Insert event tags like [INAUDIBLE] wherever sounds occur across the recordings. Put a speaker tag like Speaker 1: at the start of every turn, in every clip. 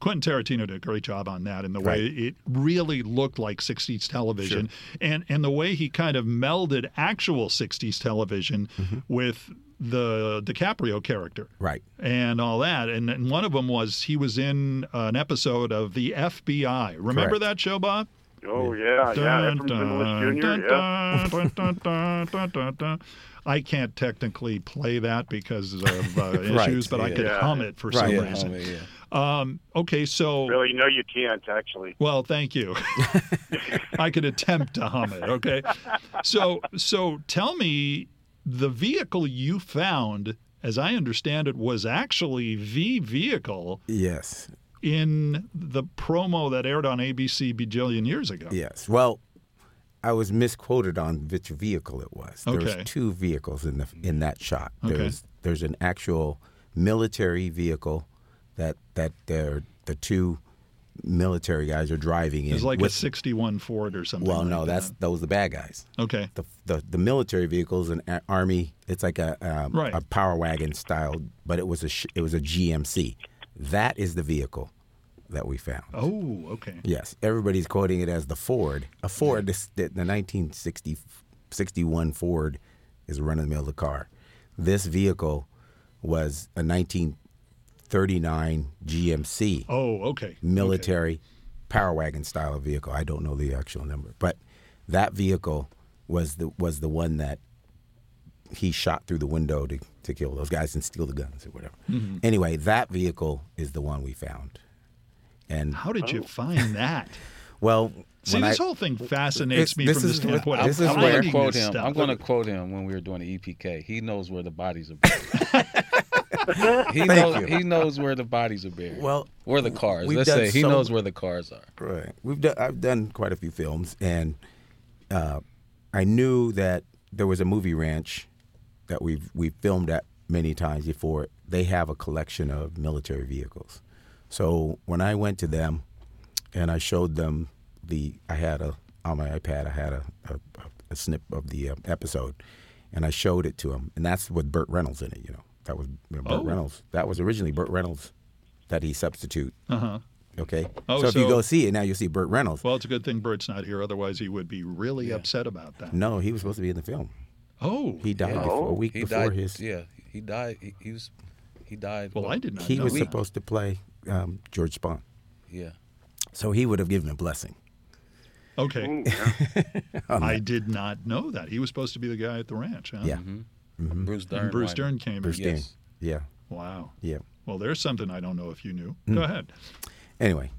Speaker 1: Quentin Tarantino did a great job on that in the way
Speaker 2: Right.
Speaker 1: it really looked like 60s television and and the way he kind of melded actual 60s television
Speaker 2: Mm-hmm.
Speaker 1: with the DiCaprio character
Speaker 2: Right.
Speaker 1: and all that. And, and one of them was he was in an episode of the FBI. Remember
Speaker 2: Correct.
Speaker 1: that show, Bob?
Speaker 3: Oh yeah, yeah. Efrem Zimbalist Jr.
Speaker 1: dun,
Speaker 3: yeah.
Speaker 1: dun, dun, dun, dun, dun, dun. I can't technically play that because of
Speaker 2: [LAUGHS]
Speaker 1: uh,
Speaker 2: Right,
Speaker 1: issues, but I
Speaker 2: yeah.
Speaker 1: can
Speaker 3: Yeah.
Speaker 1: hum it for
Speaker 2: Right.
Speaker 1: some
Speaker 2: yeah,
Speaker 1: reason.
Speaker 2: I mean, yeah.
Speaker 1: Um, okay, so
Speaker 3: Really, no, you can't actually.
Speaker 1: well, thank you. [LAUGHS] I could attempt to hum it. Okay, so so tell me, the vehicle you found, as I understand it, was actually the vehicle
Speaker 2: Yes.
Speaker 1: in the promo that aired on ABC bajillion years ago.
Speaker 2: Yes. Well, I was misquoted on which vehicle it was.
Speaker 1: Okay.
Speaker 2: There's two vehicles in the in that shot.
Speaker 1: Okay.
Speaker 2: There's there's an actual military vehicle that that they're, the two military guys are driving in.
Speaker 1: It was like a
Speaker 2: with-
Speaker 1: '61 Ford or something.
Speaker 2: well,
Speaker 1: like
Speaker 2: no, that's
Speaker 1: that.
Speaker 2: those are the bad guys.
Speaker 1: okay.
Speaker 2: The, the the military vehicle is an a- army. It's like a um,
Speaker 1: Right.
Speaker 2: a power wagon style, but it was a sh- it was a GMC. That is the vehicle that we found.
Speaker 1: Oh, okay.
Speaker 2: Yes, everybody's quoting it as the Ford. A Ford, this, the 1960 61 Ford, is a run of the mill car. This vehicle was a 1939 GMC
Speaker 1: Oh, okay.
Speaker 2: military power wagon style vehicle. I don't know the actual number, but that vehicle was the was the one that he shot through the window to, to kill those guys and steal the guns or whatever.
Speaker 1: Mm-hmm.
Speaker 2: Anyway, that vehicle is the one we found. And
Speaker 1: How did you
Speaker 4: Oh.
Speaker 1: find
Speaker 2: [LAUGHS]
Speaker 1: that?
Speaker 2: well,
Speaker 1: See,
Speaker 2: when
Speaker 1: this
Speaker 2: I-
Speaker 1: whole thing fascinates
Speaker 2: This-
Speaker 1: me
Speaker 2: this
Speaker 1: from the
Speaker 2: is what-
Speaker 1: standpoint
Speaker 2: this
Speaker 1: of
Speaker 2: is
Speaker 4: I'm
Speaker 2: where-
Speaker 4: going
Speaker 1: finding
Speaker 4: to quote
Speaker 1: this
Speaker 4: him.
Speaker 1: stuff.
Speaker 4: I'm going to quote him when we were doing the EPK. He knows where the bodies are buried. [LAUGHS] he knows.
Speaker 2: you.
Speaker 4: He knows where the bodies are buried.
Speaker 2: Well,
Speaker 4: where the cars.
Speaker 2: we've
Speaker 4: Let's
Speaker 2: done
Speaker 4: say he
Speaker 2: so-
Speaker 4: knows where the cars are.
Speaker 2: Right. We've done. I've done quite a few films, and uh, I knew that there was a movie ranch that we've we filmed at many times before. They have a collection of military vehicles, so when I went to them, and I showed them the I had a on my iPad I had a a, a snip of the uh, episode, and I showed it to them, and that's with Burt Reynolds in it. You know, that was you know, Burt
Speaker 1: Oh.
Speaker 2: Reynolds. That was originally Burt Reynolds that he substitute.
Speaker 1: Uh-huh.
Speaker 2: Okay.
Speaker 1: Oh,
Speaker 2: so if you
Speaker 1: so-
Speaker 2: go see it now, you'll see Burt Reynolds.
Speaker 1: Well, it's a good thing Bert's not here, otherwise he would be really upset about that.
Speaker 2: no, he was supposed to be in the film.
Speaker 1: Oh,
Speaker 2: He died
Speaker 4: Yeah.
Speaker 2: before, a week
Speaker 4: He
Speaker 2: before
Speaker 4: died.
Speaker 2: his.
Speaker 4: Yeah, he died. He, he was. He died.
Speaker 1: well,
Speaker 4: what,
Speaker 1: I did not.
Speaker 2: He
Speaker 1: know
Speaker 2: was
Speaker 1: that.
Speaker 2: supposed to play um, George Spawn,
Speaker 4: Yeah.
Speaker 2: so he would have given a blessing.
Speaker 1: Okay,
Speaker 3: Mm, yeah.
Speaker 2: [LAUGHS]
Speaker 1: I did not know that he was supposed to be the guy at the ranch. Huh?
Speaker 2: Yeah,
Speaker 4: Bruce Dern.
Speaker 1: and Bruce
Speaker 4: won.
Speaker 1: Dern came.
Speaker 2: Bruce
Speaker 1: in.
Speaker 2: Dern.
Speaker 4: Yes.
Speaker 2: Yeah,
Speaker 1: Wow.
Speaker 2: yeah. Hmm.
Speaker 1: Well, there's something I don't know if you knew. Go ahead.
Speaker 2: Anyway,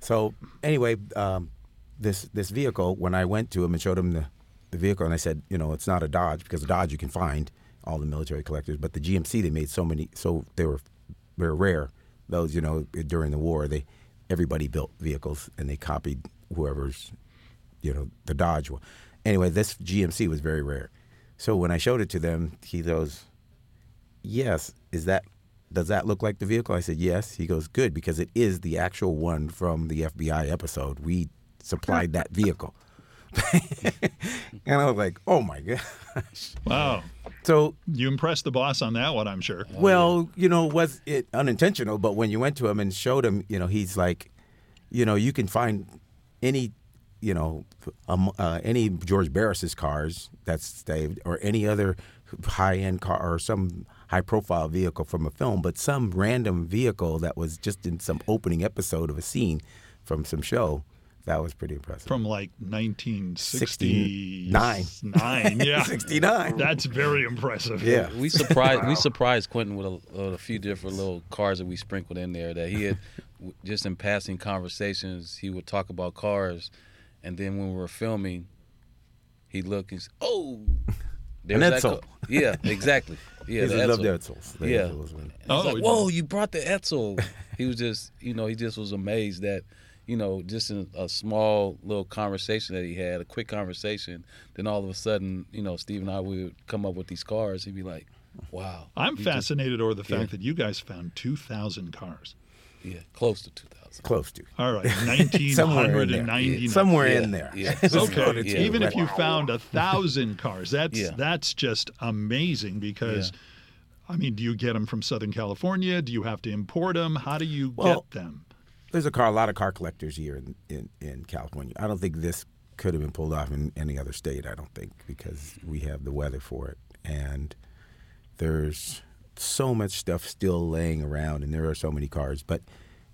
Speaker 2: so anyway, um, this this vehicle. When I went to him and showed him the, the vehicle, and I said, you know, it's not a Dodge because a Dodge you can find all the military collectors, but the GMC they made so many, so they were they were rare. Those you know during the war, they everybody built vehicles and they copied whoever's, you know, the Dodge one. Anyway, this GMC was very rare. So when I showed it to them, he goes, yes is that does that look like the vehicle i said yes he goes good because it is the actual one from the fbi episode we supplied that vehicle [LAUGHS] and i was like oh my god
Speaker 1: Wow,
Speaker 2: so
Speaker 1: you impressed the boss on that one, I'm sure.
Speaker 2: well you know was it unintentional but when you went to him and showed him you know he's like you know you can find any you know um, uh, any george barris's cars that's saved or any other high-end car or some high-profile vehicle from a film but some random vehicle that was just in some opening episode of a scene from some show that was pretty impressive [LAUGHS]
Speaker 1: From like 1969. [LAUGHS]
Speaker 2: [LAUGHS]
Speaker 1: yeah.
Speaker 2: 69
Speaker 1: That's very impressive.
Speaker 2: yeah
Speaker 4: [LAUGHS] We surprised we surprised Quentin with a, a few different little cars that we sprinkled in there that he had w- just in passing conversations he would talk about cars, and then when we were filming, he'd look and say, "Oh, there's
Speaker 2: An
Speaker 4: that
Speaker 2: Edsel.
Speaker 4: car." Yeah,
Speaker 2: [LAUGHS]
Speaker 4: exactly. Yeah,
Speaker 2: He
Speaker 4: the
Speaker 2: loved
Speaker 4: Edsel.
Speaker 2: Edsels.
Speaker 4: Yeah.
Speaker 1: Oh,
Speaker 4: He's like,
Speaker 1: yeah.
Speaker 4: whoa, you brought the Etzel. [LAUGHS] he was just, you know, he just was amazed that, you know, just in a small little conversation that he had, a quick conversation, then all of a sudden, you know, Steve and I we would come up with these cars. He'd be like, wow.
Speaker 1: I'm
Speaker 4: You just-
Speaker 1: fascinated over the fact that you guys found 2,000 cars.
Speaker 4: yeah, close to 2000.
Speaker 2: close to
Speaker 1: All right, [LAUGHS]
Speaker 2: Somewhere in there.
Speaker 1: 1999.
Speaker 2: somewhere
Speaker 4: Yeah,
Speaker 2: in there [LAUGHS]
Speaker 4: yeah.
Speaker 1: Okay.
Speaker 4: Yeah,
Speaker 1: Even if
Speaker 2: right.
Speaker 1: you found a thousand cars, that's
Speaker 4: Yeah.
Speaker 1: that's just amazing because, I mean, do you get them from Southern California? Do you have to import them? How do you
Speaker 2: Well,
Speaker 1: get them?
Speaker 2: there's a car, a lot of car collectors here in, in, in California. I don't think this could have been pulled off in any other state. I don't think because we have the weather for it, and there's so much stuff still laying around, and there are so many cars. But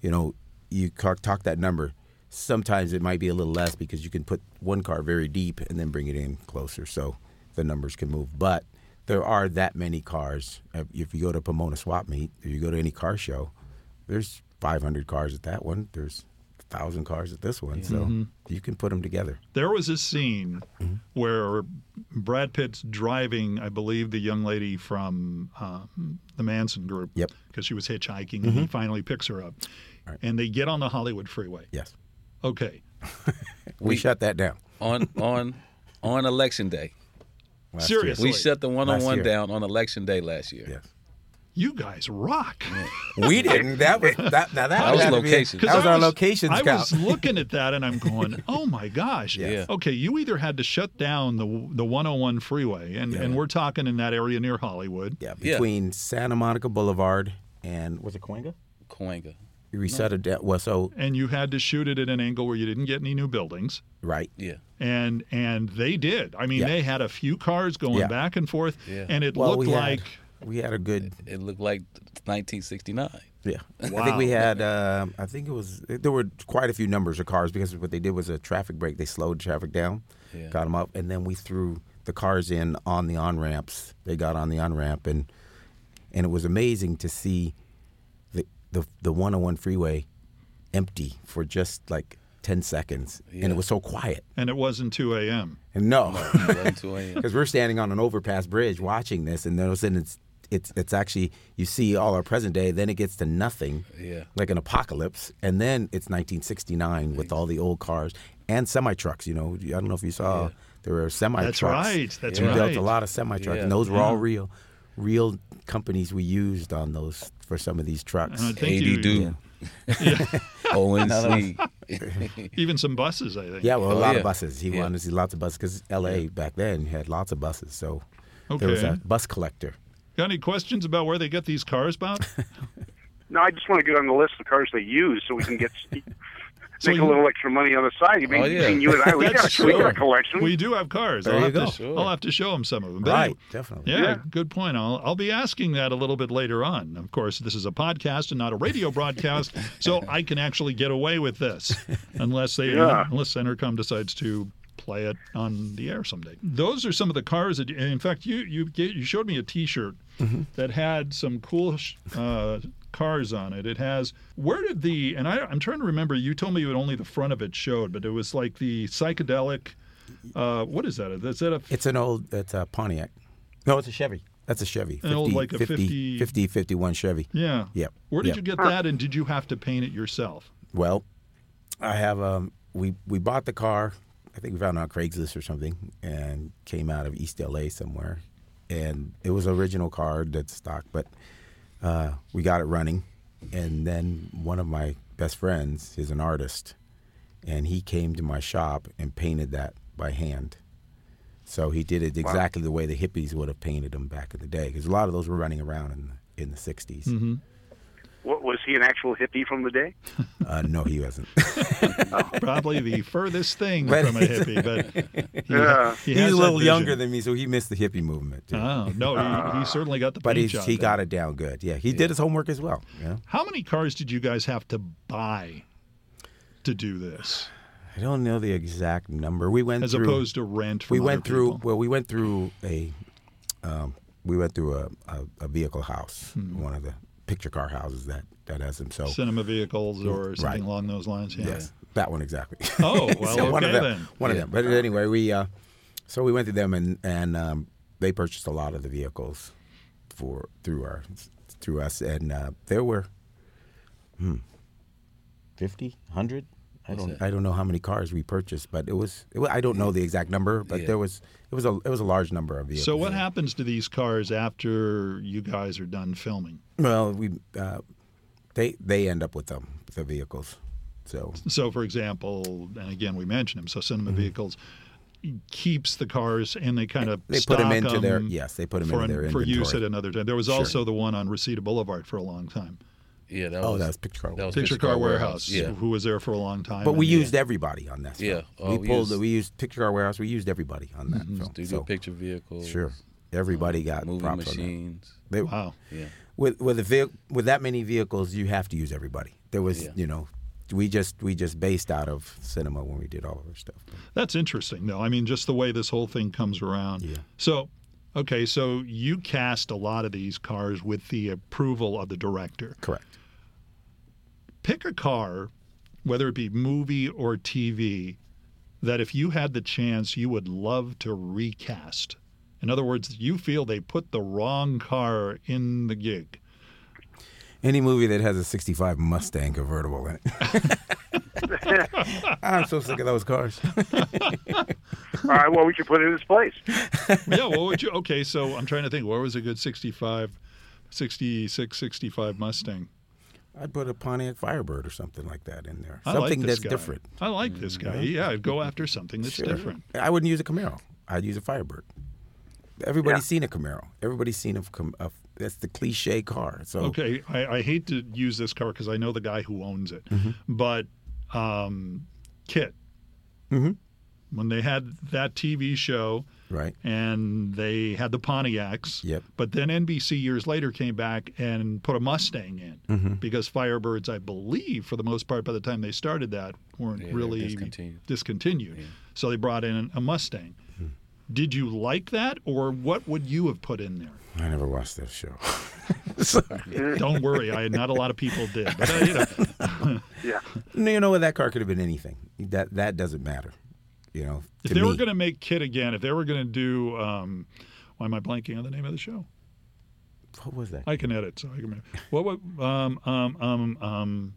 Speaker 2: you know, you ca- talk that number. Sometimes it might be a little less because you can put one car very deep and then bring it in closer, so the numbers can move. But there are that many cars. Uh, If you go to Pomona Swap Meet, if you go to any car show, there's 500 cars at that one. There's thousand cars at this one. So you can put them together.
Speaker 1: There was a scene where Brad Pitt's driving, I believe, the young lady from um, the Manson group.
Speaker 2: Yep.
Speaker 1: Because she was hitchhiking and he finally picks her up. And they get on the Hollywood freeway.
Speaker 2: Yes,
Speaker 1: Okay.
Speaker 2: we, shut that down.
Speaker 4: on on on election day.
Speaker 2: last year.
Speaker 1: Seriously.
Speaker 4: We shut the one on
Speaker 2: Last
Speaker 4: one
Speaker 2: year.
Speaker 4: down on election day last year.
Speaker 2: Yes.
Speaker 1: you guys rock.
Speaker 4: [LAUGHS]
Speaker 2: We didn't. That was that. Now that,
Speaker 4: was
Speaker 2: had to be-
Speaker 4: location.
Speaker 2: That was
Speaker 1: I
Speaker 2: our location
Speaker 1: I
Speaker 2: scout.
Speaker 1: was looking at that and I'm
Speaker 2: [LAUGHS]
Speaker 1: going, oh my gosh.
Speaker 4: Yeah.
Speaker 1: Okay, you either had to shut down the the 101 freeway, and, and we're talking in that area near Hollywood.
Speaker 2: yeah,
Speaker 4: Yeah.
Speaker 2: between Santa Monica Boulevard and was it Coenga?
Speaker 4: Coenga.
Speaker 2: We shut it down. Well, so
Speaker 1: And you had to shoot it at an angle where you didn't get any new buildings.
Speaker 2: right.
Speaker 4: Yeah.
Speaker 1: and and they did. I mean,
Speaker 2: Yeah.
Speaker 1: they had a few cars going
Speaker 2: Yeah.
Speaker 1: back and forth,
Speaker 4: Yeah.
Speaker 1: and it
Speaker 2: Well,
Speaker 1: looked
Speaker 2: we had,
Speaker 1: like
Speaker 2: we had a good.
Speaker 4: It looked like 1969.
Speaker 2: Yeah. I
Speaker 1: Wow.
Speaker 2: think we had. Um, I think it was. There were quite a few numbers of cars because what they did was a traffic break. They slowed traffic down,
Speaker 4: Yeah.
Speaker 2: got them up, and then we threw the cars in on the on ramps. They got on the on ramp, and and it was amazing to see the the the 101 freeway empty for just like 10 seconds, and
Speaker 4: Yeah.
Speaker 2: it was so quiet.
Speaker 1: and it wasn't 2
Speaker 2: [LAUGHS]
Speaker 1: a.m.
Speaker 2: And no.
Speaker 4: 11, 2 a.m.
Speaker 2: because we're standing on an overpass bridge watching this, and then all of a sudden it's it's it's actually you see all our present day, then it gets to nothing,
Speaker 4: Yeah.
Speaker 2: like an apocalypse, and then it's 1969 with all the old cars and semi trucks. You know, I don't know if you saw there were semi
Speaker 1: That's
Speaker 2: trucks.
Speaker 1: right, that's
Speaker 2: we built
Speaker 1: right.
Speaker 2: a lot of semi trucks,
Speaker 4: Yeah.
Speaker 2: and those were all real, real companies we used on those for some of these trucks.
Speaker 1: And I think you-
Speaker 4: AD dude. [LAUGHS] ONC.
Speaker 1: even some buses, I think.
Speaker 2: Yeah, well, a
Speaker 4: Oh,
Speaker 2: lot
Speaker 4: yeah.
Speaker 2: of buses. He
Speaker 4: Yeah.
Speaker 2: wanted to see lots of buses because L.A. back then had lots of buses, so there was
Speaker 1: Okay.
Speaker 2: a bus collector.
Speaker 1: Got any questions about where they get these cars?
Speaker 2: [LAUGHS]
Speaker 1: Bob?
Speaker 3: No, I just want to get on the list of cars they use so we can
Speaker 1: [LAUGHS]
Speaker 3: get
Speaker 1: So
Speaker 3: make
Speaker 1: you-
Speaker 3: a little extra money on the side. You mean,
Speaker 4: Oh, yeah.
Speaker 3: between you
Speaker 2: [LAUGHS]
Speaker 3: and I, we
Speaker 1: That's
Speaker 3: got a, we
Speaker 1: true.
Speaker 3: got a collection.
Speaker 1: we do have cars.
Speaker 2: There
Speaker 1: I'll,
Speaker 2: you
Speaker 1: have
Speaker 2: go.
Speaker 1: To,
Speaker 4: Sure.
Speaker 1: I'll have to show them some of them. But
Speaker 2: Right,
Speaker 1: anyway,
Speaker 2: definitely.
Speaker 1: Yeah, good point. I'll, I'll be asking that a little bit later on. Of course, this is a podcast and not a radio broadcast, so I can actually get away with this unless they
Speaker 3: Yeah.
Speaker 1: unless Entercom decides to play it on the air someday. Those are some of the cars that. In fact, you you gave, you showed me a T-shirt that had some cool. sh- Uh, cars on it it has where did the and I, i'm trying to remember you told me that only the front of it showed but it was like the psychedelic uh what is that is that a
Speaker 2: It's an old. It's a Pontiac. No, it's a Chevy. That's a Chevy. 50,
Speaker 1: An old, like a 50
Speaker 2: 50, 51 Chevy.
Speaker 1: Yeah.
Speaker 2: Yep.
Speaker 1: Where did
Speaker 2: Yep.
Speaker 1: you get that, and did you have to paint it yourself?
Speaker 2: Well, I have. Um, we we bought the car. I think we found it on Craigslist or something, and came out of East LA somewhere, and it was an original car that's stock, but uh, we got it running, and then one of my best friends is an artist, and he came to my shop and painted that by hand. So he did it exactly the way the hippies would have painted them back in the day, because a lot of those were running around in the, in the '60s.
Speaker 3: What, was he an actual hippie from the day?
Speaker 2: Uh, no, he wasn't.
Speaker 1: Probably
Speaker 2: [LAUGHS]
Speaker 1: the furthest thing
Speaker 2: But
Speaker 1: from a hippie,
Speaker 2: [LAUGHS]
Speaker 1: but he,
Speaker 3: Yeah.
Speaker 1: he has
Speaker 2: He's a
Speaker 1: that
Speaker 2: little
Speaker 1: vision.
Speaker 2: younger than me, so he missed the hippie movement. too.
Speaker 1: Oh no, he, he certainly got the
Speaker 2: but
Speaker 1: paint
Speaker 2: he's,
Speaker 1: job
Speaker 2: he
Speaker 1: done.
Speaker 2: got it down good. Yeah, he did his homework as well. Yeah,
Speaker 1: How many cars did you guys have to buy to do this,
Speaker 2: I don't know the exact number. We went
Speaker 1: as
Speaker 2: through,
Speaker 1: opposed to rent? From
Speaker 2: we went
Speaker 1: other
Speaker 2: through.
Speaker 1: people?
Speaker 2: Well, we went through a um, we went through a, a, a vehicle house,
Speaker 1: Hmm.
Speaker 2: one of the picture car houses that that has them. So
Speaker 1: cinema vehicles or something
Speaker 2: Right.
Speaker 1: along those lines. Yeah.
Speaker 2: yes, that one exactly.
Speaker 1: [LAUGHS] Oh well,
Speaker 2: So
Speaker 1: okay
Speaker 2: one of them,
Speaker 1: then.
Speaker 2: one
Speaker 4: Yeah.
Speaker 2: of them. But anyway, we uh, so we went to them and and um, they purchased a lot of the vehicles for through our through us, and uh, there were hmm, 50, 100? I
Speaker 4: What's
Speaker 2: don't
Speaker 4: that?
Speaker 2: I don't know how many cars we purchased, but it was it, wa- I don't know the exact number, but
Speaker 4: Yeah.
Speaker 2: there was it was a it was a large number of vehicles.
Speaker 1: So what happens to these cars after you guys are done filming?
Speaker 2: Well, we uh, they they end up with them the vehicles, so
Speaker 1: So, for example, and again, we mentioned him. So, cinema
Speaker 2: Mm-hmm.
Speaker 1: vehicles keeps the cars, and they kind of
Speaker 2: they put them
Speaker 1: stock
Speaker 2: into their
Speaker 1: 'em
Speaker 2: yes they put them
Speaker 1: for,
Speaker 2: into their
Speaker 1: for
Speaker 2: inventory
Speaker 1: use at another time. There was also the one on Reseda Boulevard for a long time.
Speaker 4: Yeah, that
Speaker 2: oh,
Speaker 4: was
Speaker 2: that was picture car.
Speaker 4: that was
Speaker 1: Picture Car Warehouse,
Speaker 4: Yeah,
Speaker 1: who was there for a long time.
Speaker 2: but we
Speaker 1: and-
Speaker 2: used everybody on that. Stuff.
Speaker 4: Yeah. Oh,
Speaker 2: we
Speaker 4: we
Speaker 2: pulled.
Speaker 4: used- Mm-hmm.
Speaker 2: we used picture car warehouse. We used everybody on that film.
Speaker 4: studio
Speaker 2: So,
Speaker 4: picture vehicles.
Speaker 2: sure, everybody got
Speaker 4: movie
Speaker 2: props on
Speaker 4: machines.
Speaker 2: that. They-
Speaker 1: Wow.
Speaker 4: Yeah,
Speaker 2: with with the vehi- with that many vehicles, you have to use everybody. There was,
Speaker 4: Yeah.
Speaker 2: you know, we just we just based out of cinema when we did all of our stuff.
Speaker 1: That's interesting, though. I mean, just the way this whole thing comes around.
Speaker 2: Yeah.
Speaker 1: So, okay, so you cast a lot of these cars with the approval of the director.
Speaker 2: Correct.
Speaker 1: Pick a car, whether it be movie or TV, that if you had the chance, you would love to recast. In other words, you feel they put the wrong car in the gig.
Speaker 2: Any movie that has a '65 Mustang convertible in it. I'm so sick of those cars. [LAUGHS]
Speaker 3: All right, well, we should put it in its place.
Speaker 1: yeah, what would you? [LAUGHS] Okay, so I'm trying to think. Where was a good 65, 66, 65 Mustang?
Speaker 2: I'd put a Pontiac Firebird or something like that in there.
Speaker 1: I
Speaker 2: something
Speaker 1: like this
Speaker 2: that's
Speaker 1: guy.
Speaker 2: different.
Speaker 1: I like this guy. Yeah, I'd go after something that's different.
Speaker 2: I wouldn't use a Camaro. I'd use a Firebird. Everybody's
Speaker 3: Yeah.
Speaker 2: seen a Camaro. Everybody's seen a, Cam- a that's the cliche car. So
Speaker 4: Oh.
Speaker 1: Okay, I, I hate to use this car because I know the guy who owns it,
Speaker 4: Mm-hmm.
Speaker 1: but um, Kit,
Speaker 4: Mm-hmm.
Speaker 1: when they had that TV show
Speaker 2: right.
Speaker 1: and they had the Pontiacs,
Speaker 2: Yep.
Speaker 1: but then NBC years later came back and put a Mustang in
Speaker 4: Mm-hmm.
Speaker 1: because Firebirds, I believe, for the most part, by the time they started that, weren't
Speaker 4: Yeah, they're
Speaker 1: really
Speaker 4: discontinued. Hmm.
Speaker 1: discontinued. So they brought in a Mustang. Did you like that, or what would you have put in there?
Speaker 2: I never watched that [LAUGHS] show. Sorry.
Speaker 1: Don't worry, I not a lot of people did. But, uh, you know,
Speaker 3: Yeah.
Speaker 2: No, you know what? That car could have been anything. That that doesn't matter. You know,
Speaker 1: if
Speaker 2: to
Speaker 1: they
Speaker 2: me.
Speaker 1: were going to make Kid again, if they were going to do, um, why am I blanking on the name of the show?
Speaker 2: what was that?
Speaker 1: I can edit, so I can. What what um um um um.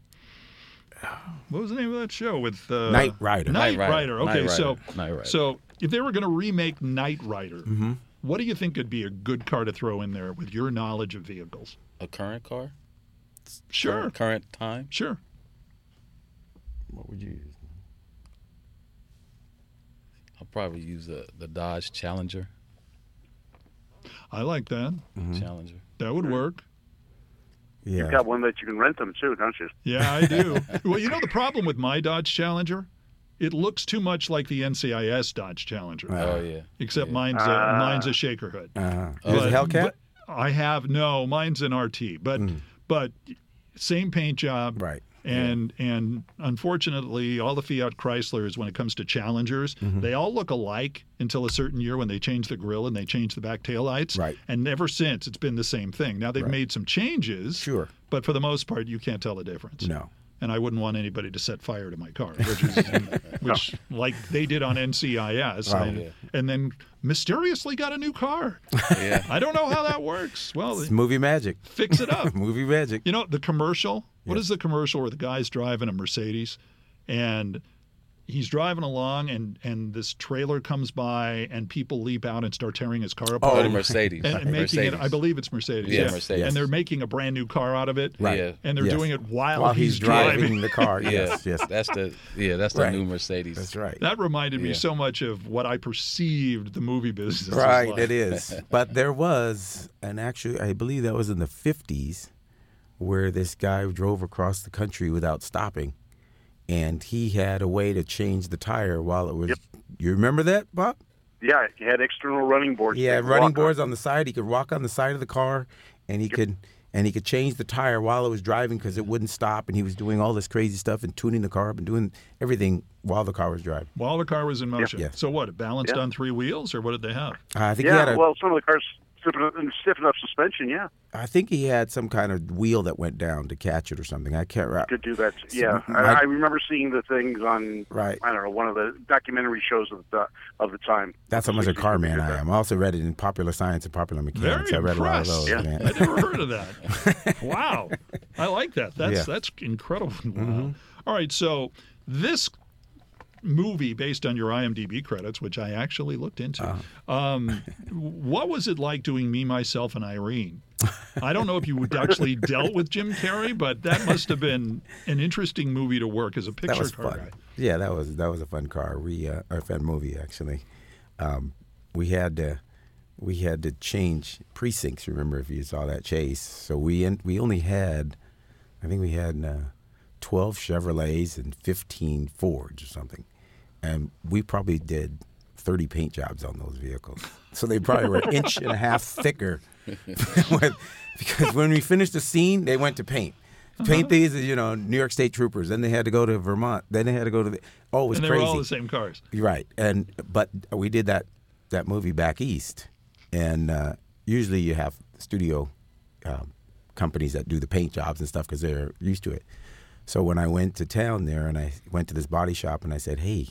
Speaker 1: What was the name of that show with uh,
Speaker 2: Knight Rider.
Speaker 1: Knight,
Speaker 4: Knight Rider.
Speaker 1: Rider. Okay,
Speaker 4: Knight Rider.
Speaker 1: so
Speaker 4: Knight Rider.
Speaker 1: so if they were going to remake Knight Rider,
Speaker 2: Mm-hmm.
Speaker 1: what do you think would be a good car to throw in there with your knowledge of vehicles?
Speaker 4: a current car.
Speaker 1: Sure,
Speaker 4: Current- Current time.
Speaker 1: sure.
Speaker 2: What would you use?
Speaker 4: I'll probably use the the Dodge Challenger.
Speaker 1: I like that.
Speaker 4: Challenger.
Speaker 1: That would work.
Speaker 2: Yeah.
Speaker 3: Got one that you can rent them too, don't you?
Speaker 1: Yeah, I do. well, you know the problem with my Dodge Challenger, it looks too much like the NCIS Dodge Challenger.
Speaker 2: Uh,
Speaker 4: Oh yeah.
Speaker 1: Except mine's a, mine's a shaker hood.
Speaker 2: Uh-huh. There's a
Speaker 1: But-
Speaker 2: Hellcat.
Speaker 1: Uh, but I have no. Mine's an RT, but but same paint job.
Speaker 2: Mm. Right.
Speaker 1: And and unfortunately, all the Fiat Chryslers, when it comes to Challengers,
Speaker 2: Mm-hmm.
Speaker 1: they all look alike until a certain year when they change the grill and they change the back taillights.
Speaker 2: Right.
Speaker 1: And ever since, it's been the same thing. Now they've made some changes.
Speaker 2: Sure.
Speaker 1: But for the most part, you can't tell the difference
Speaker 2: No.
Speaker 1: and I wouldn't want anybody to set fire to my
Speaker 2: [LAUGHS]
Speaker 1: car, which, is, which like they did on NCIS,
Speaker 2: Wow.
Speaker 1: and, and then mysteriously got a new car.
Speaker 4: Yeah.
Speaker 1: I don't know how that works. Well,
Speaker 2: It's movie magic. [LAUGHS]
Speaker 1: fix it up.
Speaker 2: Movie magic.
Speaker 1: You know the commercial. What is the commercial where the guy's driving a Mercedes, and he's driving along, and and this trailer comes by, and people leap out and start tearing his car apart.
Speaker 4: Oh, the Mercedes.
Speaker 1: and, and making
Speaker 4: Mercedes.
Speaker 1: it, I believe it's Mercedes.
Speaker 4: Yeah, Mercedes.
Speaker 1: And they're making a brand new car out of it.
Speaker 4: Right. Yeah.
Speaker 1: And they're
Speaker 2: Yes.
Speaker 1: doing it while,
Speaker 2: While he's driving,
Speaker 1: [LAUGHS]
Speaker 2: the car.
Speaker 4: Yeah.
Speaker 2: Yes. Yes.
Speaker 4: That's the yeah. That's the
Speaker 2: Right.
Speaker 4: new Mercedes.
Speaker 2: That's right.
Speaker 1: That reminded me
Speaker 4: Yeah.
Speaker 1: so much of what I perceived the movie business was
Speaker 2: Right,
Speaker 1: like.
Speaker 2: it [LAUGHS] is. But there was an actual, I believe that was in the 50s, where this guy drove across the country without stopping. And he had a way to change the tire while it was. You remember that, Bob?
Speaker 3: Yeah, you had external running boards.
Speaker 2: He had
Speaker 3: Walk
Speaker 2: running
Speaker 3: on.
Speaker 2: boards on the side. He could walk on the side of the car, and he could and he could change the tire while it was driving because it wouldn't stop. And he was doing all this crazy stuff and tuning the car up and doing everything while the car was driving.
Speaker 1: While the car was in motion.
Speaker 2: Yeah.
Speaker 1: So what? It balanced
Speaker 3: Yeah.
Speaker 1: on three wheels, or what did they
Speaker 2: [LAUGHS]
Speaker 1: have?
Speaker 2: Uh, I think he had
Speaker 3: Yeah,
Speaker 2: a,
Speaker 3: well, some of the cars stiff enough, stiff enough suspension. Yeah,
Speaker 2: I think he had some kind of wheel that went down to catch it or something. I can't. Right.
Speaker 3: could do that. Yeah,
Speaker 2: Right.
Speaker 3: I, I remember seeing the things on.
Speaker 2: Right.
Speaker 3: I don't know one of the documentary shows of the of the time.
Speaker 2: That's how much a car man I am. I also read it in Popular Science and Popular Mechanics.
Speaker 1: Very
Speaker 2: I read
Speaker 1: impressed.
Speaker 2: a lot of those.
Speaker 3: Yeah.
Speaker 2: Man.
Speaker 1: I never heard of
Speaker 2: [LAUGHS]
Speaker 1: that. wow, I like that. That's
Speaker 2: Yeah. Mm-hmm.
Speaker 1: that's incredible. [LAUGHS] Wow. All right, so this movie, based on your IMDb credits, which I actually looked into,
Speaker 2: Uh-huh. [LAUGHS]
Speaker 1: um, what was it like doing me, myself, and Irene? I don't know if you
Speaker 2: [LAUGHS]
Speaker 1: actually dealt with Jim Carrey, but that must have been an interesting movie to work as a picture
Speaker 2: [LAUGHS] that was
Speaker 1: car
Speaker 2: fun.
Speaker 1: guy.
Speaker 2: Yeah, that was that was a fun car. We uh, or fun movie actually. Um, we had to we had to change precincts. Remember if you saw that chase? So we en- we only had I think we had uh, 12 Chevrolets and 15 Fords or something. And we probably did 30 paint jobs on those vehicles. So they probably were
Speaker 1: [LAUGHS]
Speaker 2: an inch and a half thicker. [LAUGHS] when- because when we finished the scene, they went to paint.
Speaker 1: Uh-huh.
Speaker 2: Paint these, you know, New York State troopers. Then they had to go to Vermont. Then they had to go to the. Oh, it was
Speaker 1: and they
Speaker 2: crazy.
Speaker 1: were all the same cars.
Speaker 2: You're Right, and but we did that that movie back east, and uh, usually you have studio um, companies that do the paint jobs and stuff because they're used to it. So when I went to town there, and I went to this body shop, and I said, "Hey,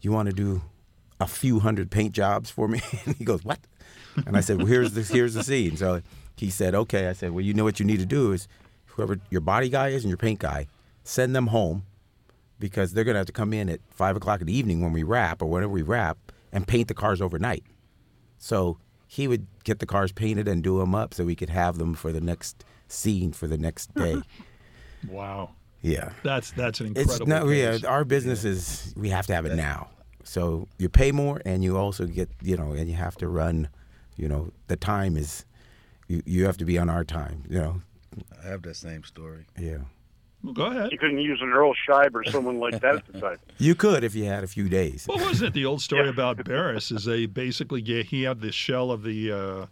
Speaker 2: you want to do a few hundred paint jobs for me?" [LAUGHS] And he goes, "What?" And I said, "Well, here's the here's the scene." So he said, "Okay." I said, "Well, you know what you need to do is whoever your body guy is and your paint guy, send them home." because they're going to have to come in at five o'clock in the evening when we wrap or whenever we wrap and paint the cars overnight. So he would get the cars painted and do them up so we could have them for the next scene for the next day.
Speaker 1: Wow.
Speaker 2: yeah.
Speaker 1: That's that's an incredible.
Speaker 2: It's no, yeah,
Speaker 1: case.
Speaker 2: our business is we have to have it now. So you pay more and you also get, you know, and you have to run, you know, the time is, you, you have to be on our time, you know.
Speaker 4: I have that same story.
Speaker 2: Yeah.
Speaker 1: Well, Go ahead.
Speaker 3: You couldn't use an Earl Scheib or someone like that at the time.
Speaker 2: You could if you had a few days.
Speaker 1: Well, wasn't it the old story about Barris? Is they basically yeah, he had this shell of the uh,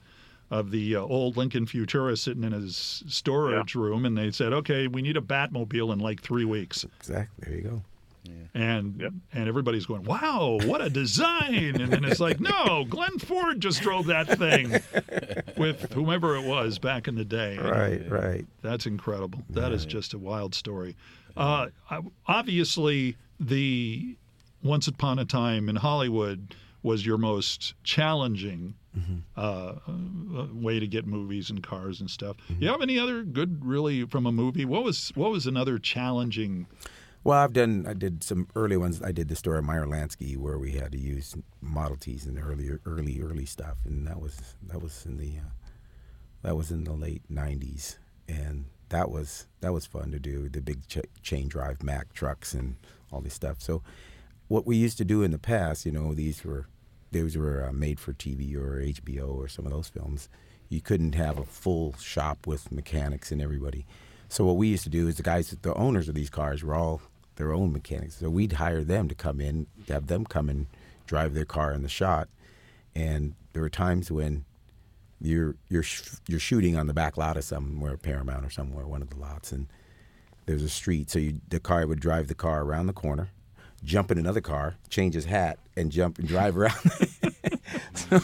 Speaker 1: of the uh, old Lincoln Futura sitting in his storage room, and they said, "Okay, we need a Batmobile in like three weeks,"
Speaker 2: Exactly. There you go.
Speaker 1: and and everybody's going, "Wow, what a design!" and then it's like, "No, Glenn Ford just drove that thing with whomever it was back in the day."
Speaker 2: Right, right.
Speaker 1: That's incredible. That is just a wild story. Uh, I- obviously, the Once Upon a Time in Hollywood was your most challenging uh, uh, way to get movies and cars and stuff. You have any other good, really, from a movie? What was what was another challenging?
Speaker 2: Well, I've done. I did some early ones. I did the story of Meyer Lansky where we had to use Model Ts and earlier, early, early stuff, and that was that was in the uh, that was in the late '90s, and that was that was fun to do the big ch- chain drive Mack trucks and all this stuff. So, what we used to do in the past, you know, these were those were uh, made for TV or HBO or some of those films. You couldn't have a full shop with mechanics and everybody. So what we used to do is the guys, the owners of these cars were all their own mechanics. So we'd hire them to come in, have them come and drive their car in the shot. And there were times when you're you're sh- you're shooting on the back lot of somewhere Paramount or somewhere one of the lots and there's a street so you, the car would drive the car around the corner jump in another car change his hat and jump and drive around [LAUGHS] so,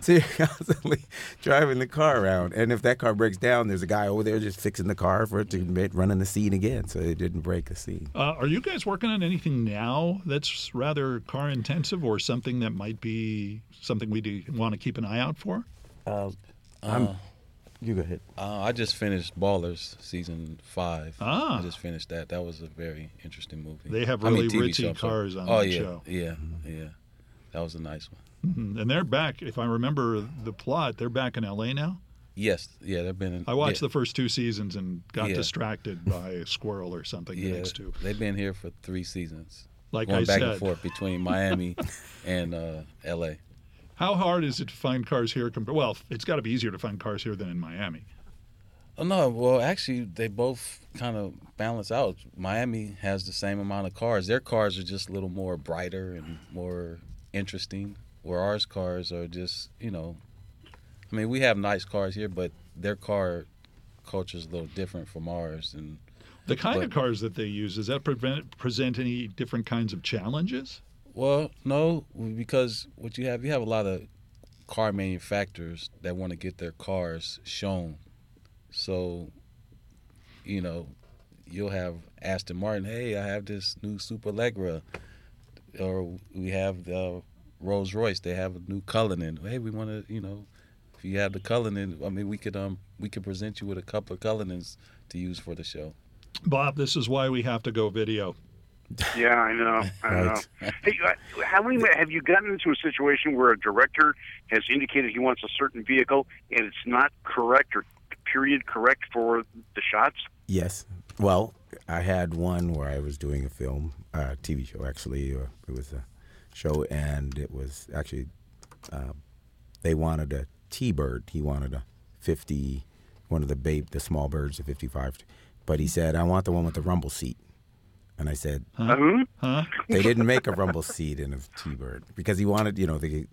Speaker 2: so you're constantly driving the car around and if that car breaks down there's a guy over there just fixing the car for it to ma- run in the scene again so it didn't break the scene
Speaker 1: Uh, are you guys working on anything now that's rather car intensive, or something that might be something we do want to keep an eye out for?
Speaker 2: you go ahead
Speaker 4: Uh, I just finished Ballers season five.
Speaker 1: Ah.
Speaker 4: I just finished that. That was a very interesting movie.
Speaker 1: They have
Speaker 4: I mean,
Speaker 1: really
Speaker 4: TV
Speaker 1: ritzy
Speaker 4: show, I'm sorry.
Speaker 1: cars on
Speaker 4: oh,
Speaker 1: that
Speaker 4: yeah,
Speaker 1: show.
Speaker 4: Yeah, yeah. That was a nice one.
Speaker 1: Mhm. And they're back. If I remember the plot, they're back in L.A. now.
Speaker 4: Yes, yeah. They've been. In,
Speaker 1: I watched
Speaker 4: yeah,
Speaker 1: the first two seasons and got
Speaker 2: [LAUGHS]
Speaker 4: Yeah.
Speaker 1: distracted by a squirrel or something. The
Speaker 4: yeah,
Speaker 1: next two,
Speaker 4: They've been here for three seasons.
Speaker 1: like
Speaker 4: going
Speaker 1: I
Speaker 4: back
Speaker 1: said,
Speaker 4: and forth between
Speaker 1: [LAUGHS]
Speaker 4: Miami and uh, L.A.
Speaker 1: how hard is it to find cars here? Compared, well, it's got to be easier to find cars here than in Miami.
Speaker 4: Oh, no, well, actually, they both kind of balance out. Miami has the same amount of cars. Their cars are just a little more brighter and more interesting, where ours cars are just, you know, I mean, we have nice cars here, but their car culture is a little different from ours. And
Speaker 1: The kind of
Speaker 4: But-
Speaker 1: cars that they use does that prevent, present any different kinds of challenges?
Speaker 4: Well, no, because what you have, you have a lot of car manufacturers that want to get their cars shown. So, you know, you'll have Aston Martin, hey, I have this new Super Legra. Or we have the Rolls Royce, they have a new Cullinan. Hey, we want to, you know, if you have the Cullinan, I mean, we could um we could present you with a couple of Cullinans to use for the show.
Speaker 1: Bob, this is why we have to go video.
Speaker 3: Yeah, I know. I
Speaker 2: Right.
Speaker 3: know. Hey, uh, how many have you gotten into a situation where a director has indicated he wants a certain vehicle and it's not correct or period correct for the shots?
Speaker 2: Yes. Well, I had one where I was doing a film, uh, TV show actually. Or it was a show, and it was actually uh, they wanted a T-bird. He wanted a fifty, one of the babe, the small birds, the fifty-five But he said, I want the one with the rumble seat. And I said,
Speaker 3: Uh-huh.
Speaker 1: Huh?
Speaker 2: they didn't make a rumble seat in a T-Bird because he wanted, you know, the, you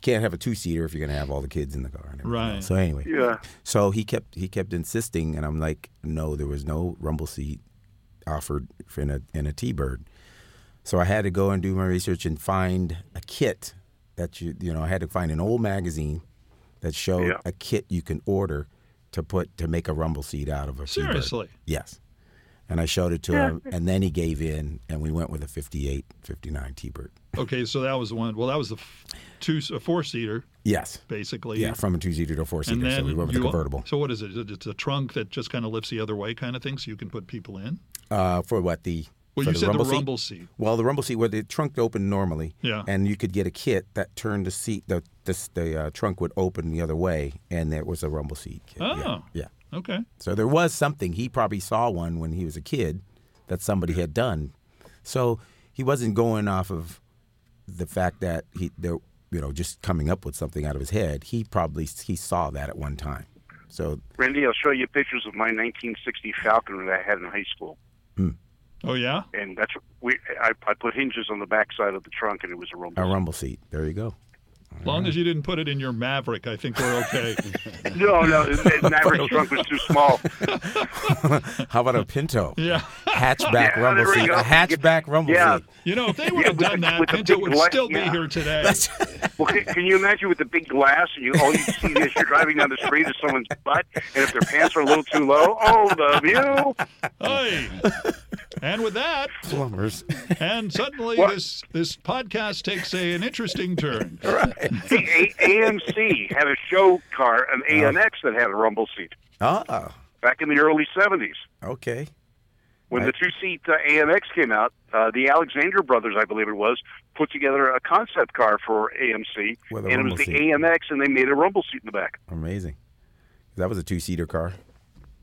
Speaker 2: can't have a two-seater if you're going to have all the kids in the car. And everything
Speaker 1: Right.
Speaker 2: else. So anyway,
Speaker 3: Yeah.
Speaker 2: So he kept he kept insisting, and I'm like, no, there was no rumble seat offered for in a in a T-Bird. So I had to go and do my research and find a kit that you you know I had to find an old magazine that showed
Speaker 3: Yeah.
Speaker 2: a kit you can order to put to make a rumble seat out of a T-Bird.
Speaker 1: Seriously.
Speaker 2: Yes. And I showed it to him, and then he gave in, and we went with a 58, 59 T-Bird.
Speaker 1: Okay, so that was the one. Well, that was the f- two, a four seater,
Speaker 2: Yes.
Speaker 1: basically.
Speaker 2: Yeah, from a two-seater to a
Speaker 1: And
Speaker 2: four-seater,
Speaker 1: then
Speaker 2: so we went with
Speaker 1: you,
Speaker 2: a convertible.
Speaker 1: So what is it? It's a trunk that just kind of lifts the other way, kind of thing, so you can put people in.
Speaker 2: Uh, for what, the
Speaker 1: Well,
Speaker 2: for
Speaker 1: you said the
Speaker 2: seat?
Speaker 1: rumble seat.
Speaker 2: Well, the rumble seat where the trunk opened normally,
Speaker 1: Yeah.
Speaker 2: and you could get a kit that turned the seat the the, the uh, trunk would open the other way, and that was a rumble seat. Kit. yeah.
Speaker 1: Oh.
Speaker 2: yeah.
Speaker 1: Okay.
Speaker 2: So there was something he probably saw one when he was a kid that somebody had done. So he wasn't going off of the fact that he there you know just coming up with something out of his head. He probably he saw that at one time. So
Speaker 3: Randy, I'll show you pictures of my 1960 Falcon that I had in high school,
Speaker 1: Oh yeah.
Speaker 3: and that's we. I, I put hinges on the backside of the trunk, and it was a rumble.
Speaker 2: a rumble seat. There you go.
Speaker 1: As long as you didn't put it in your Maverick, I think we're
Speaker 3: [LAUGHS]
Speaker 1: okay.
Speaker 3: No, no, that Maverick trunk was too small.
Speaker 2: How about a Pinto?
Speaker 1: [LAUGHS] yeah.
Speaker 2: Hatchback
Speaker 3: [LAUGHS] Yeah,
Speaker 2: rumble
Speaker 3: there we
Speaker 2: seat.
Speaker 3: go.
Speaker 2: A hatchback rumble
Speaker 3: Yeah.
Speaker 2: seat.
Speaker 1: You know, if they would have
Speaker 3: with
Speaker 1: done
Speaker 3: the-
Speaker 1: that,
Speaker 3: with the
Speaker 1: Pinto
Speaker 3: big
Speaker 1: would
Speaker 3: light-
Speaker 1: still be
Speaker 3: yeah.
Speaker 1: here today.
Speaker 3: Well, can, can you imagine with the big glass and you all you see as you're driving down the street is someone's butt, and if their pants are a little too low, oh the view!
Speaker 1: Hey.
Speaker 3: [LAUGHS]
Speaker 1: and with that,
Speaker 2: Plumbers.
Speaker 1: and suddenly
Speaker 3: What?
Speaker 1: this this podcast takes a, an interesting
Speaker 3: [LAUGHS]
Speaker 1: turn.
Speaker 3: The a- AMC had a show car, an AMX that had a rumble seat
Speaker 2: Ah,
Speaker 3: back in the early '70s.
Speaker 2: okay.
Speaker 3: When
Speaker 2: Right.
Speaker 3: the two-seat uh, AMX came out, uh, the Alexander brothers, I believe it was, put together a concept car for AMC,
Speaker 2: With a
Speaker 3: and it
Speaker 2: rumble
Speaker 3: was the
Speaker 2: seat.
Speaker 3: AMX, and they made a rumble seat in the back.
Speaker 2: Amazing. That was a two seater car.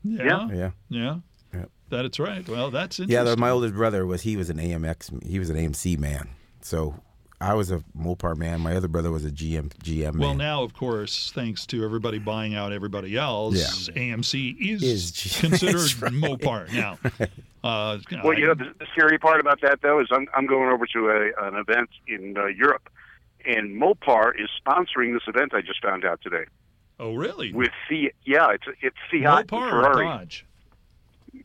Speaker 1: Yeah.
Speaker 2: Yeah.
Speaker 1: Yeah.
Speaker 2: Yep.
Speaker 1: That's right. Well, that's
Speaker 2: Yeah,
Speaker 1: interesting.
Speaker 2: the, my oldest brother was he was an AMX he was an AMC man. So I was a Mopar man. My other brother was a GM GM
Speaker 1: Well,
Speaker 2: man.
Speaker 1: now, of course, thanks to everybody buying out everybody else, AMC is,
Speaker 3: [LAUGHS]
Speaker 2: Is G-
Speaker 1: considered
Speaker 2: [LAUGHS] that's right.
Speaker 1: Mopar now. Uh,
Speaker 3: Well, you know, the, the scary part about that though is I'm I'm going over to a an event in uh, Europe, and Mopar is sponsoring this event. I just found out today
Speaker 1: oh, really?
Speaker 3: with Fiat. Yeah, it's it's Fiat
Speaker 1: Mopar or
Speaker 3: Ferrari
Speaker 1: Dodge?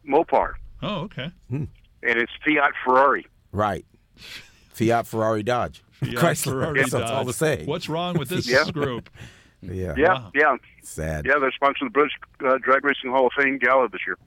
Speaker 3: Mopar,
Speaker 1: Oh, okay.
Speaker 3: and it's Fiat Ferrari.
Speaker 2: Right. Fiat Ferrari Dodge.
Speaker 1: Fiat
Speaker 2: [LAUGHS] Chrysler.
Speaker 1: Ferrari
Speaker 2: That's all the
Speaker 1: Dodge.
Speaker 2: same.
Speaker 1: What's wrong with
Speaker 2: [LAUGHS]
Speaker 1: this
Speaker 3: Yeah.
Speaker 1: group?
Speaker 2: Yeah.
Speaker 3: Yeah,
Speaker 1: Wow.
Speaker 3: yeah,
Speaker 2: Sad.
Speaker 3: yeah. They're sponsoring the British uh, Drag Racing Hall of Fame gala this year.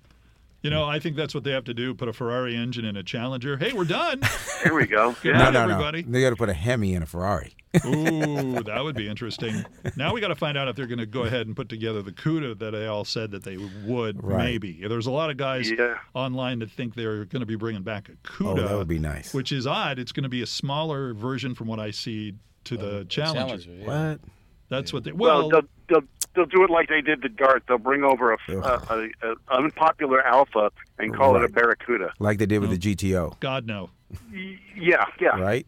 Speaker 1: You know, I think that's what they have to do: put a Ferrari engine in a Challenger. Hey, we're
Speaker 2: [LAUGHS]
Speaker 1: done.
Speaker 3: There we go.
Speaker 1: [LAUGHS] Good
Speaker 2: No,
Speaker 1: night,
Speaker 3: Yeah.
Speaker 2: no,
Speaker 1: everybody.
Speaker 2: no. They got to put a Hemi in a Ferrari.
Speaker 1: Ooh, that would be interesting. Now we got to find out if they're going to go ahead and put together the CUDA that they all said that they would.
Speaker 2: Right.
Speaker 1: Maybe there's a lot of guys
Speaker 3: Yeah.
Speaker 1: online that think they're going to be bringing back a
Speaker 2: Oh,
Speaker 1: CUDA,
Speaker 2: that would be nice.
Speaker 1: uh, which is odd. It's going to be a smaller version from what I see to
Speaker 4: Uh,
Speaker 1: the Challenger.
Speaker 4: yeah.
Speaker 2: what?
Speaker 1: That's what they. Well,
Speaker 3: Well, they'll, they'll they'll do it like they did the Dart. They'll bring over a, a, a, a unpopular Alpha and call it a
Speaker 2: Right.
Speaker 3: Barracuda.
Speaker 2: Like they did with the GTO,
Speaker 1: God no.
Speaker 3: Y- Yeah, yeah.
Speaker 2: right?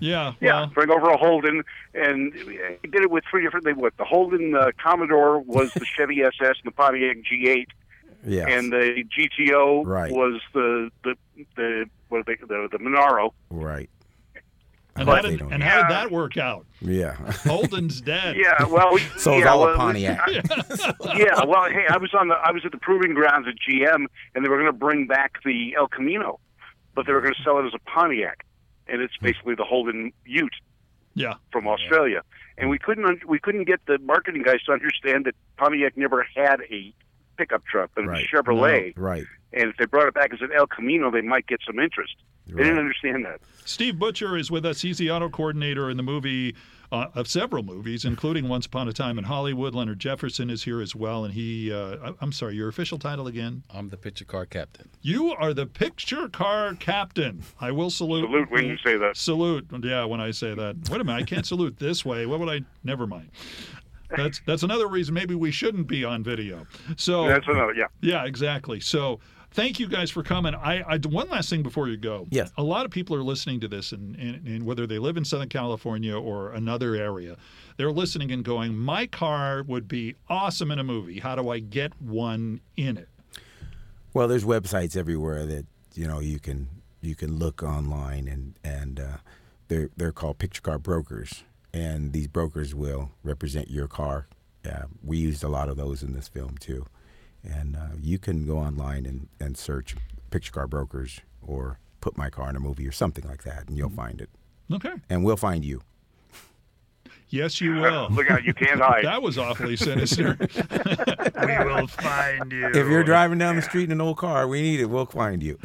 Speaker 1: Yeah.
Speaker 3: Yeah,
Speaker 1: Well,
Speaker 3: bring over a Holden, and he did it with three different. They what the Holden uh, Commodore was
Speaker 2: [LAUGHS]
Speaker 3: the Chevy SS and the Pontiac G8,
Speaker 2: Yeah.
Speaker 3: and the GTO
Speaker 2: Right.
Speaker 3: was the the the what are they the, the
Speaker 2: [LAUGHS]
Speaker 3: Monaro.
Speaker 2: right.
Speaker 1: and,
Speaker 2: But
Speaker 1: how
Speaker 2: they
Speaker 1: did,
Speaker 2: don't.
Speaker 1: and how did
Speaker 3: Yeah.
Speaker 1: that work out?
Speaker 2: Yeah. [LAUGHS]
Speaker 3: [LAUGHS]
Speaker 1: Holden's dead.
Speaker 3: Yeah, well,
Speaker 2: so it's
Speaker 3: yeah,
Speaker 2: all
Speaker 3: well,
Speaker 2: a Pontiac.
Speaker 3: [LAUGHS] yeah, well, hey, I was on the I was at the proving grounds at GM, and they were going to bring back the El Camino, but they were going to sell it as a Pontiac, and it's
Speaker 2: Hmm.
Speaker 3: basically the Holden Ute.
Speaker 1: Yeah.
Speaker 3: from Australia, and we couldn't un- we couldn't get the marketing guys to understand that Pontiac never had a pickup truck, but
Speaker 2: Right.
Speaker 3: it was Chevrolet,
Speaker 2: right.
Speaker 3: and if they brought it back as an El Camino, they might get some interest. They didn't
Speaker 2: Right.
Speaker 3: understand that.
Speaker 1: Steve Butcher is with us. He's the auto coordinator in the movie uh, of several movies, including Once Upon a Time in Hollywood. Leonard Jefferson is here as well, and he. Uh, I- I'm sorry, your official title again.
Speaker 4: I'm the picture car captain.
Speaker 1: You are the picture car captain. I will salute.
Speaker 3: Salute when you say that.
Speaker 1: Salute. Yeah, when I say that. Wait a minute, I can't salute this way. What would I? Never mind. That's that's another reason maybe we shouldn't be on video. So
Speaker 3: That's another yeah.
Speaker 1: yeah, exactly. So thank you guys for coming. I, I one last thing before you go.
Speaker 2: Yes.
Speaker 1: A lot of people are listening to this, and, and, and whether they live in Southern California or another area, they're listening and going, "My car would be awesome in a movie. How do I get one in it?"
Speaker 2: Well, there's websites everywhere that you know you can you can look online and and uh, they're they're called picture car brokers, and these brokers will represent your car. Uh, we used a lot of those in this film too, and uh, you can go online and, and search picture car brokers or put my car in a movie or something like that, and you'll find it,
Speaker 1: Okay.
Speaker 2: and we'll find you.
Speaker 1: Yes, [LAUGHS] you will.
Speaker 3: Look out, you
Speaker 1: [LAUGHS]
Speaker 3: can't hide.
Speaker 1: That was awfully sinister. we will find you.
Speaker 2: If you're driving down the street in an old car, we need it. We'll find you.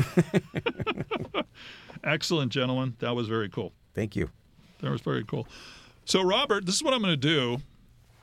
Speaker 1: Excellent, gentlemen. That was very cool.
Speaker 2: [LAUGHS] Thank you.
Speaker 1: That was very cool. So, Robert, this is what I'm going to do.